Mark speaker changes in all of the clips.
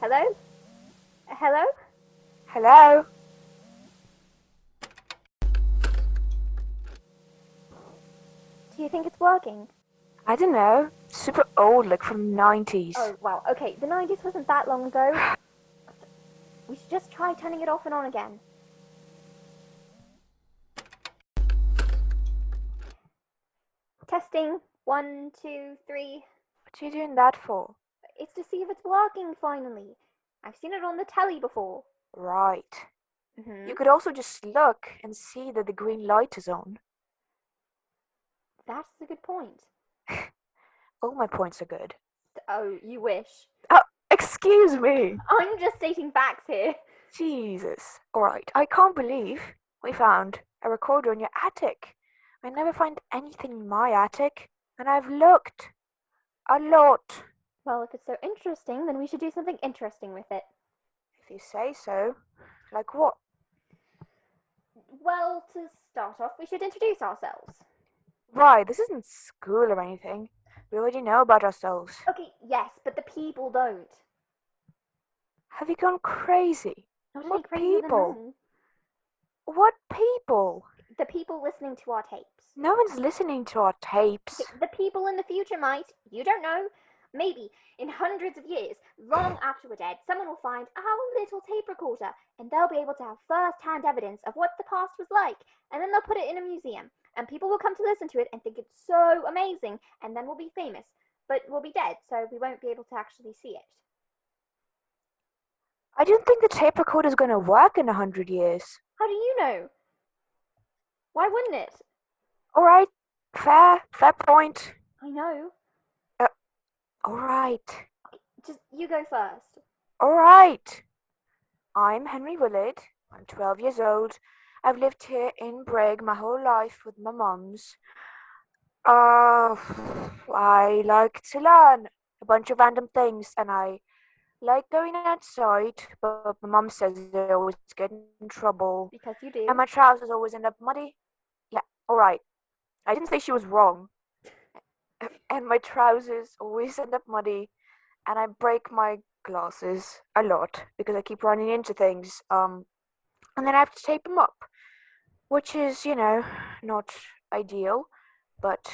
Speaker 1: Hello? Hello?
Speaker 2: Hello?
Speaker 1: Do you think it's working?
Speaker 2: I don't know. Super old, like from 90s.
Speaker 1: Oh, wow. Okay, the 90s wasn't that long ago. We should just try turning it off and on again. Testing. One, two, three.
Speaker 2: What are you doing that for?
Speaker 1: It's to see if it's working finally. I've seen it on the telly before.
Speaker 2: Right.
Speaker 1: Mm-hmm.
Speaker 2: You could also just look and see that the green light is on.
Speaker 1: That's a good point.
Speaker 2: All my points are good.
Speaker 1: Oh, you wish.
Speaker 2: Excuse me!
Speaker 1: I'm just stating facts here.
Speaker 2: Jesus. Alright, I can't believe we found a recorder in your attic. I never find anything in my attic, and I've looked a lot.
Speaker 1: Well, if it's so interesting, then we should do something interesting with it.
Speaker 2: If you say so. Like what?
Speaker 1: Well, to start off, we should introduce ourselves.
Speaker 2: Right, this isn't school or anything. We already know about ourselves.
Speaker 1: Okay, yes, but the people don't.
Speaker 2: Have you gone crazy?
Speaker 1: Not
Speaker 2: What
Speaker 1: any crazier than
Speaker 2: people?
Speaker 1: them.
Speaker 2: What people?
Speaker 1: The people listening to our tapes.
Speaker 2: No one's listening to our tapes.
Speaker 1: Okay, The people in the future might, you don't know, maybe in hundreds of years, long after we're dead, someone will find our little tape recorder and they'll be able to have first hand evidence of what the past was like. And then they'll put it in a museum and people will come to listen to it and think it's so amazing and then we'll be famous. But we'll be dead, so we won't be able to actually see it.
Speaker 2: I don't think the tape recorder's going to work in a hundred years.
Speaker 1: How do you know? Why wouldn't it?
Speaker 2: All right, fair, fair point.
Speaker 1: I know.
Speaker 2: All right,
Speaker 1: Just you go first.
Speaker 2: all right. I'm Henry Willard. I'm 12 years old. I've lived here in Brig my whole life with my mums. Uh, I like to learn a bunch of random things and I like going outside, but my mum says I always get in trouble.
Speaker 1: Because you do.
Speaker 2: And my trousers always end up muddy. Yeah, all right. I didn't say she was wrong. And my trousers always end up muddy. And I break my glasses a lot because I keep running into things. Um, and then I have to tape them up, which is, you know, not ideal. But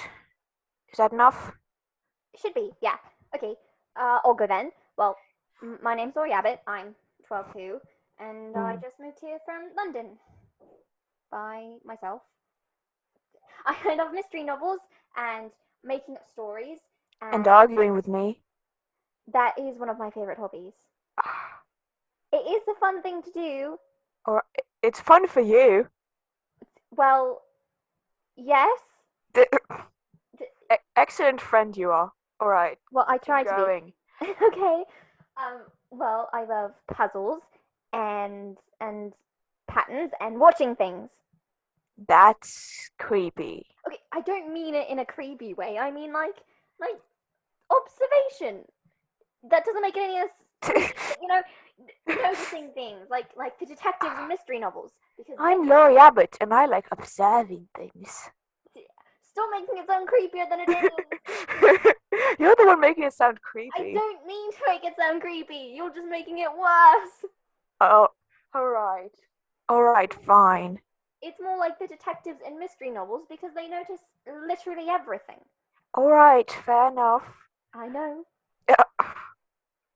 Speaker 2: is that enough?
Speaker 1: Should be, yeah. Okay, uh, I'll go then. Well, m- my name's Laurie Abbott. I'm 12 too, and I just moved here from London by myself. I love mystery novels and making up stories, and,
Speaker 2: And arguing with me.
Speaker 1: that is one of my favorite hobbies. It is a fun thing to do.
Speaker 2: Or it's fun for you.
Speaker 1: Well, yes.
Speaker 2: E- Excellent friend you are. All right,
Speaker 1: Well, I try
Speaker 2: keep
Speaker 1: to be.
Speaker 2: going.
Speaker 1: okay. Um, well, I love puzzles and and patterns and watching things.
Speaker 2: That's creepy.
Speaker 1: Okay, I don't mean it in a creepy way. I mean like like observation. That doesn't make any sense. You know, noticing things like like the detectives and mystery novels. Because
Speaker 2: I'm Laurie Abbott and I like observing things.
Speaker 1: still making it sound creepier than it is.
Speaker 2: You're the one making it sound
Speaker 1: I
Speaker 2: creepy.
Speaker 1: don't mean to make it sound creepy. You're just making it worse.
Speaker 2: Oh, all right. All right, fine.
Speaker 1: It's more like the detectives in mystery novels because they notice literally everything.
Speaker 2: All right, fair enough.
Speaker 1: I know.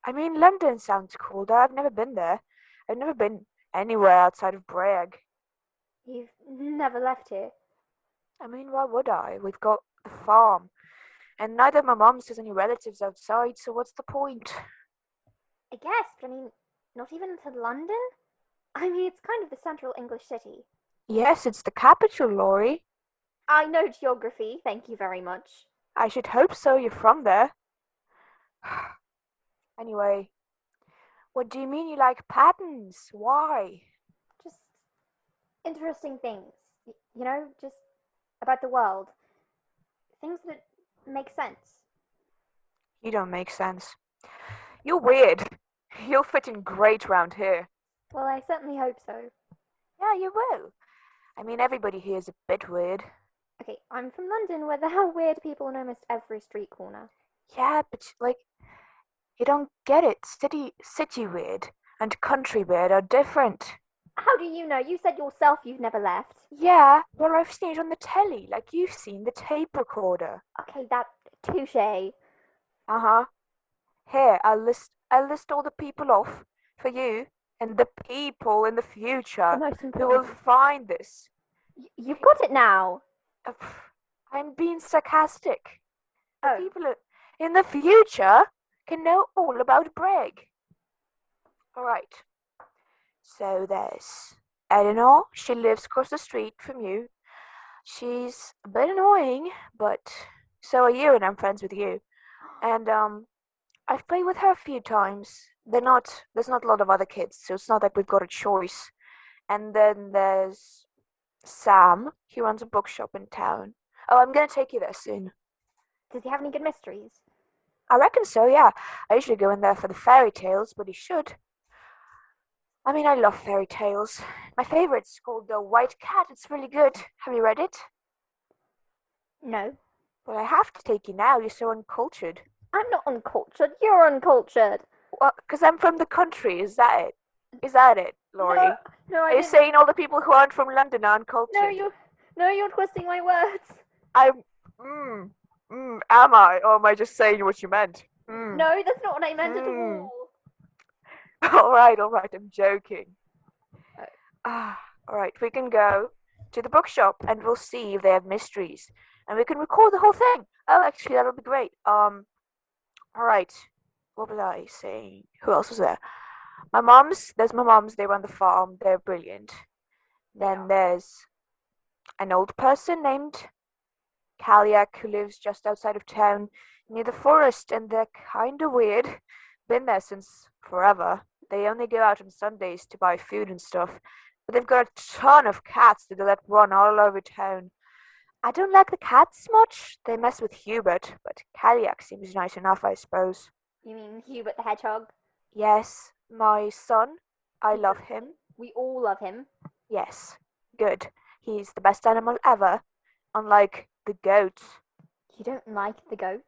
Speaker 2: I mean, London sounds cool, though. I've never been there. I've never been anywhere outside of Bragg.
Speaker 1: You've never left here.
Speaker 2: I mean, why would I? We've got the farm. And neither of my mum's has any relatives outside, so what's the point?
Speaker 1: I guess, but I mean, not even to London? I mean, it's kind of the central English city.
Speaker 2: Yes, it's the capital, Laurie.
Speaker 1: I know geography, thank you very much.
Speaker 2: I should hope so. You're from there. anyway, what do you mean you like patterns? Why?
Speaker 1: Just interesting things, y- you know, just about the world. Things that make sense.
Speaker 2: You don't make sense. You're weird. You'll fit in great round here.
Speaker 1: Well, I certainly hope so.
Speaker 2: Yeah, you will. I mean, everybody here is a bit weird.
Speaker 1: Okay, I'm from London, where there are weird people in almost every street corner.
Speaker 2: Yeah, but like, You don't get it. City, city weird and country weird are different.
Speaker 1: How do you know? You said yourself you've never left.
Speaker 2: Yeah, well, I've seen it on the telly, like you've seen the tape recorder.
Speaker 1: Okay, that touche.
Speaker 2: Uh huh. Here, I'll list, I'll list all the people off for you and the people in the future
Speaker 1: Most
Speaker 2: Uh, who will
Speaker 1: important.
Speaker 2: find this.
Speaker 1: Y- You've got it now.
Speaker 2: Uh, pff, I'm being sarcastic. The
Speaker 1: Oh.
Speaker 2: people i- in the future can know all about Greg. All right. So there's Eleanor. She lives across the street from you. She's a bit annoying, but so are you, and I'm friends with you. And um, I've played with her a few times. They're not. There's not a lot of other kids, so it's not like we've got a choice. And then there's Sam. He runs a bookshop in town. Oh, I'm gonna take you there soon.
Speaker 1: Does he have any good mysteries?
Speaker 2: I reckon so, yeah. I usually go in there for the fairy tales, but he should. I mean, I love fairy tales. My favorite's called The White Cat. It's really good. Have you read it?
Speaker 1: No.
Speaker 2: Well, I have to take you now. You're so uncultured.
Speaker 1: I'm not uncultured. You're uncultured.
Speaker 2: Well, because I'm from the country. Is that it? Is that it, Laurie?
Speaker 1: No, no, I
Speaker 2: Are you
Speaker 1: didn't.
Speaker 2: saying all the people who aren't from London are uncultured?
Speaker 1: No, you're, no, you're twisting my words.
Speaker 2: I'm. Mm, mm, am I? Or am I just saying what you meant? Mm.
Speaker 1: No, that's not what I meant at
Speaker 2: Mm.
Speaker 1: all.
Speaker 2: All right, all right, I'm joking. Ah, all right, we can go to the bookshop and we'll see if they have mysteries, and we can record the whole thing. Oh, actually, that'll be great. Um, all right, what was I saying? Who else was there? My mom's. There's my mom's. They run the farm. They're brilliant. Then there's an old person named Kaliak who lives just outside of town near the forest, and they're kind of weird. Been there since forever. They only go out on Sundays to buy food and stuff, but they've got a ton of cats that they let run all over town. I don't like the cats much. They mess with Hubert, but Kaliak seems nice enough, I suppose.
Speaker 1: You mean Hubert the Hedgehog?
Speaker 2: Yes, my son. I
Speaker 1: Mm-hmm.
Speaker 2: love him.
Speaker 1: We all love him.
Speaker 2: Yes, good. He's the best animal ever, unlike the goats.
Speaker 1: You don't like the goats?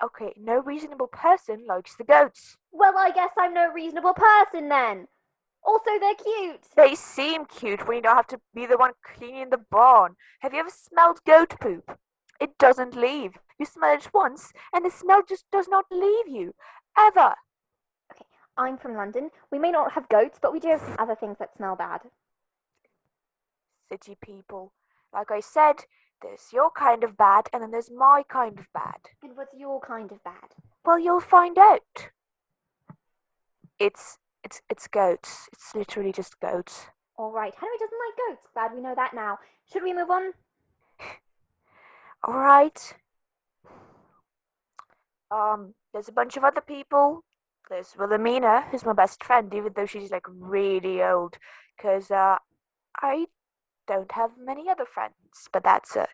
Speaker 2: Okay, no reasonable person likes the goats.
Speaker 1: Well, I guess I'm no reasonable person then. Also, they're cute.
Speaker 2: They seem cute when you don't have to be the one cleaning the barn. Have you ever smelled goat poop? It doesn't leave. You smell it once, and the smell just does not leave you. Ever.
Speaker 1: I'm from London. We may not have goats, but we do have some other things that smell bad.
Speaker 2: City people. Like I said, there's your kind of bad, and then there's my kind of bad.
Speaker 1: And what's your kind of bad?
Speaker 2: Well, you'll find out. It's it's it's goats. It's literally just goats.
Speaker 1: All right, Henry doesn't like goats. Glad we know that now. Should we move on?
Speaker 2: All right. Um, there's a bunch of other people. There's Wilhelmina, who's my best friend, even though she's like really old, because uh, I don't have many other friends, but that's a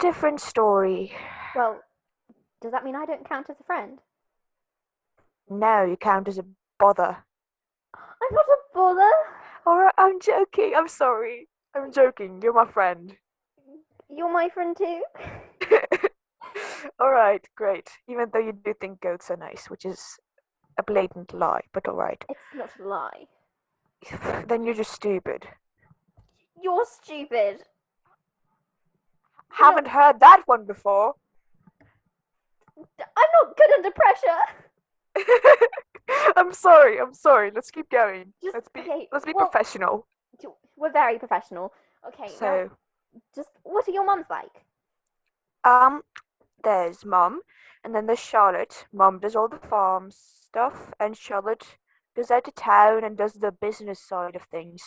Speaker 2: different story.
Speaker 1: Well, does that mean I don't count as a friend?
Speaker 2: No, you count as a bother.
Speaker 1: I'm not a bother.
Speaker 2: All right, I'm joking. I'm sorry. I'm joking. You're my friend.
Speaker 1: You're my friend too.
Speaker 2: all right, great. Even though you do think goats are nice, which is a blatant lie, but all right.
Speaker 1: It's not a lie.
Speaker 2: then you're just stupid.
Speaker 1: You're stupid. Yeah.
Speaker 2: Haven't heard that one before.
Speaker 1: D- I'm not good under pressure.
Speaker 2: I'm sorry. I'm sorry. Let's keep going.
Speaker 1: Just
Speaker 2: Let's be
Speaker 1: okay.
Speaker 2: let's be
Speaker 1: well,
Speaker 2: professional.
Speaker 1: do- We're very professional. Okay. now,
Speaker 2: So,
Speaker 1: just what are your mums like?
Speaker 2: um, there's mum, and then there's Charlotte. Mum does all the farm stuff, and Charlotte goes out to town and does the business side of things.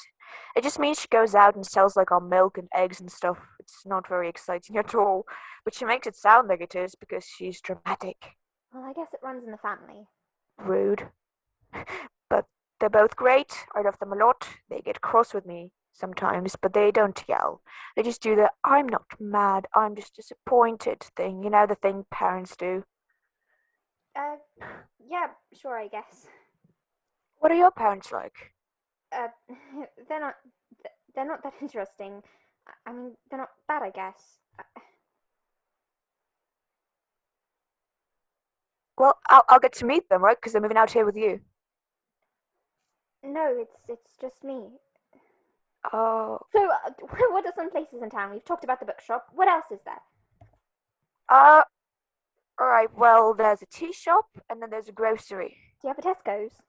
Speaker 2: It just means she goes out and sells like our milk and eggs and stuff. It's not very exciting at all, but she makes it sound like it is because she's dramatic.
Speaker 1: Well, I guess it runs in the family.
Speaker 2: rude. But they're both great. I love them a lot. They get cross with me sometimes, but they don't yell. They just do the I'm not mad, I'm just disappointed thing. You know, the thing parents do.
Speaker 1: Uh, yeah, sure, I guess.
Speaker 2: What are your parents like?
Speaker 1: Uh, they're not. th- They're not that interesting. I- I mean, they're not bad, I guess. Uh,
Speaker 2: Well, I'll, I'll get to meet them, right? Because they're moving out here with you.
Speaker 1: No, it's it's just me.
Speaker 2: Oh,
Speaker 1: So, uh, what are some places in town? We've talked about the bookshop. What else is there?
Speaker 2: uh, all right. Well, there's a tea shop and then there's a grocery.
Speaker 1: Do you have a Tesco's?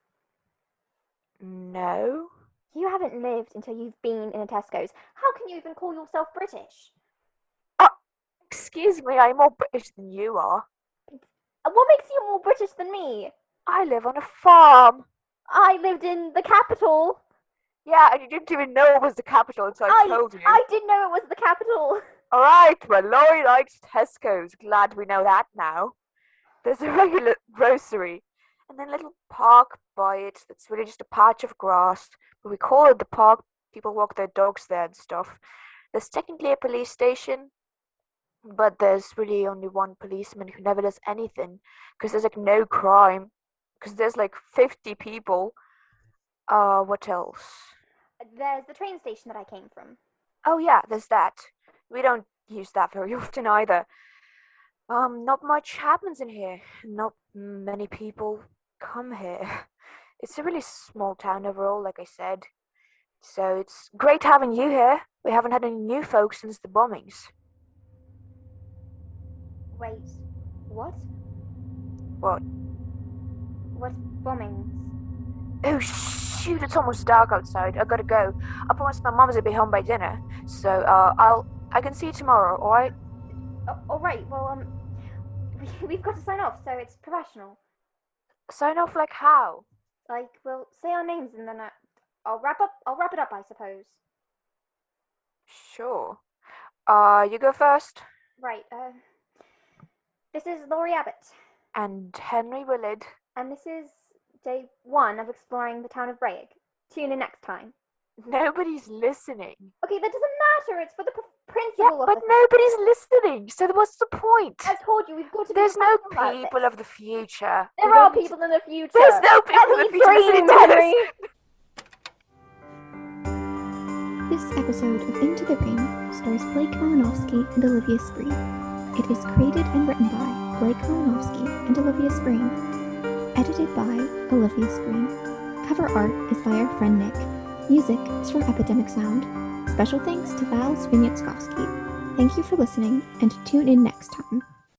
Speaker 2: No.
Speaker 1: You haven't lived until you've been in a Tesco's. How can you even call yourself British?
Speaker 2: Excuse me, I'm more British than you are.
Speaker 1: Uh, What makes you more British than me?
Speaker 2: I live on a farm.
Speaker 1: I lived in the capital.
Speaker 2: Yeah, and you didn't even know it was the capital until I,
Speaker 1: I-
Speaker 2: told you.
Speaker 1: I didn't know it was the capital.
Speaker 2: All right, well, Laurie likes Tesco's. Glad we know that now. There's a regular grocery, and then a little park by it that's really just a patch of grass. But we call it the park. People walk their dogs there and stuff. There's technically a police station, but there's really only one policeman who never does anything because there's like no crime. Because there's like 50 people. Uh, what else?
Speaker 1: There's the train station that I came from.
Speaker 2: Oh yeah, there's that. We don't use that very often either. Um, not much happens in here. Not many people come here. It's a really small town overall, like I said. So it's great having you here. We haven't had any new folks since the bombings.
Speaker 1: Wait, what?
Speaker 2: What?
Speaker 1: What bombings?
Speaker 2: Oh shoot, it's almost dark outside. I gotta go. I promised my mum's I'd be home by dinner. So uh, I'll I can see you tomorrow, alright?
Speaker 1: Oh, all right. Well, um, we, we've got to sign off, so it's professional.
Speaker 2: Sign off like how?
Speaker 1: Like, we'll say our names and then I, I'll wrap up. I'll wrap it up, I suppose.
Speaker 2: Sure. Uh you go first.
Speaker 1: Right. Uh, this is Laurie Abbott,
Speaker 2: and Henry Willard.
Speaker 1: and this is day one of exploring the town of Brayig. Tune in next time.
Speaker 2: Nobody's listening.
Speaker 1: Okay, that doesn't matter. It's for the pr-
Speaker 2: Yeah,
Speaker 1: principle of
Speaker 2: but
Speaker 1: the. thing.
Speaker 2: nobody's listening. So what's the point?
Speaker 1: I told you we've got to. be
Speaker 2: There's no
Speaker 1: professional about
Speaker 2: people
Speaker 1: this.
Speaker 2: of the future. We
Speaker 1: There are
Speaker 2: don't need to-
Speaker 1: people in the future.
Speaker 2: There's no people of
Speaker 1: me
Speaker 2: the future listening
Speaker 1: dream,
Speaker 2: to this.
Speaker 1: Henry.
Speaker 3: This episode of Into the Ring stars Blake Malinowski and Olivia Spree. It is created and written by Blake Malinowski and Olivia Spring. Edited by Olivia Spring. Cover art is by our friend Nick. Music is from Epidemic Sound. Special thanks to Val Svinyatskowski. Thank you for listening and tune in next time.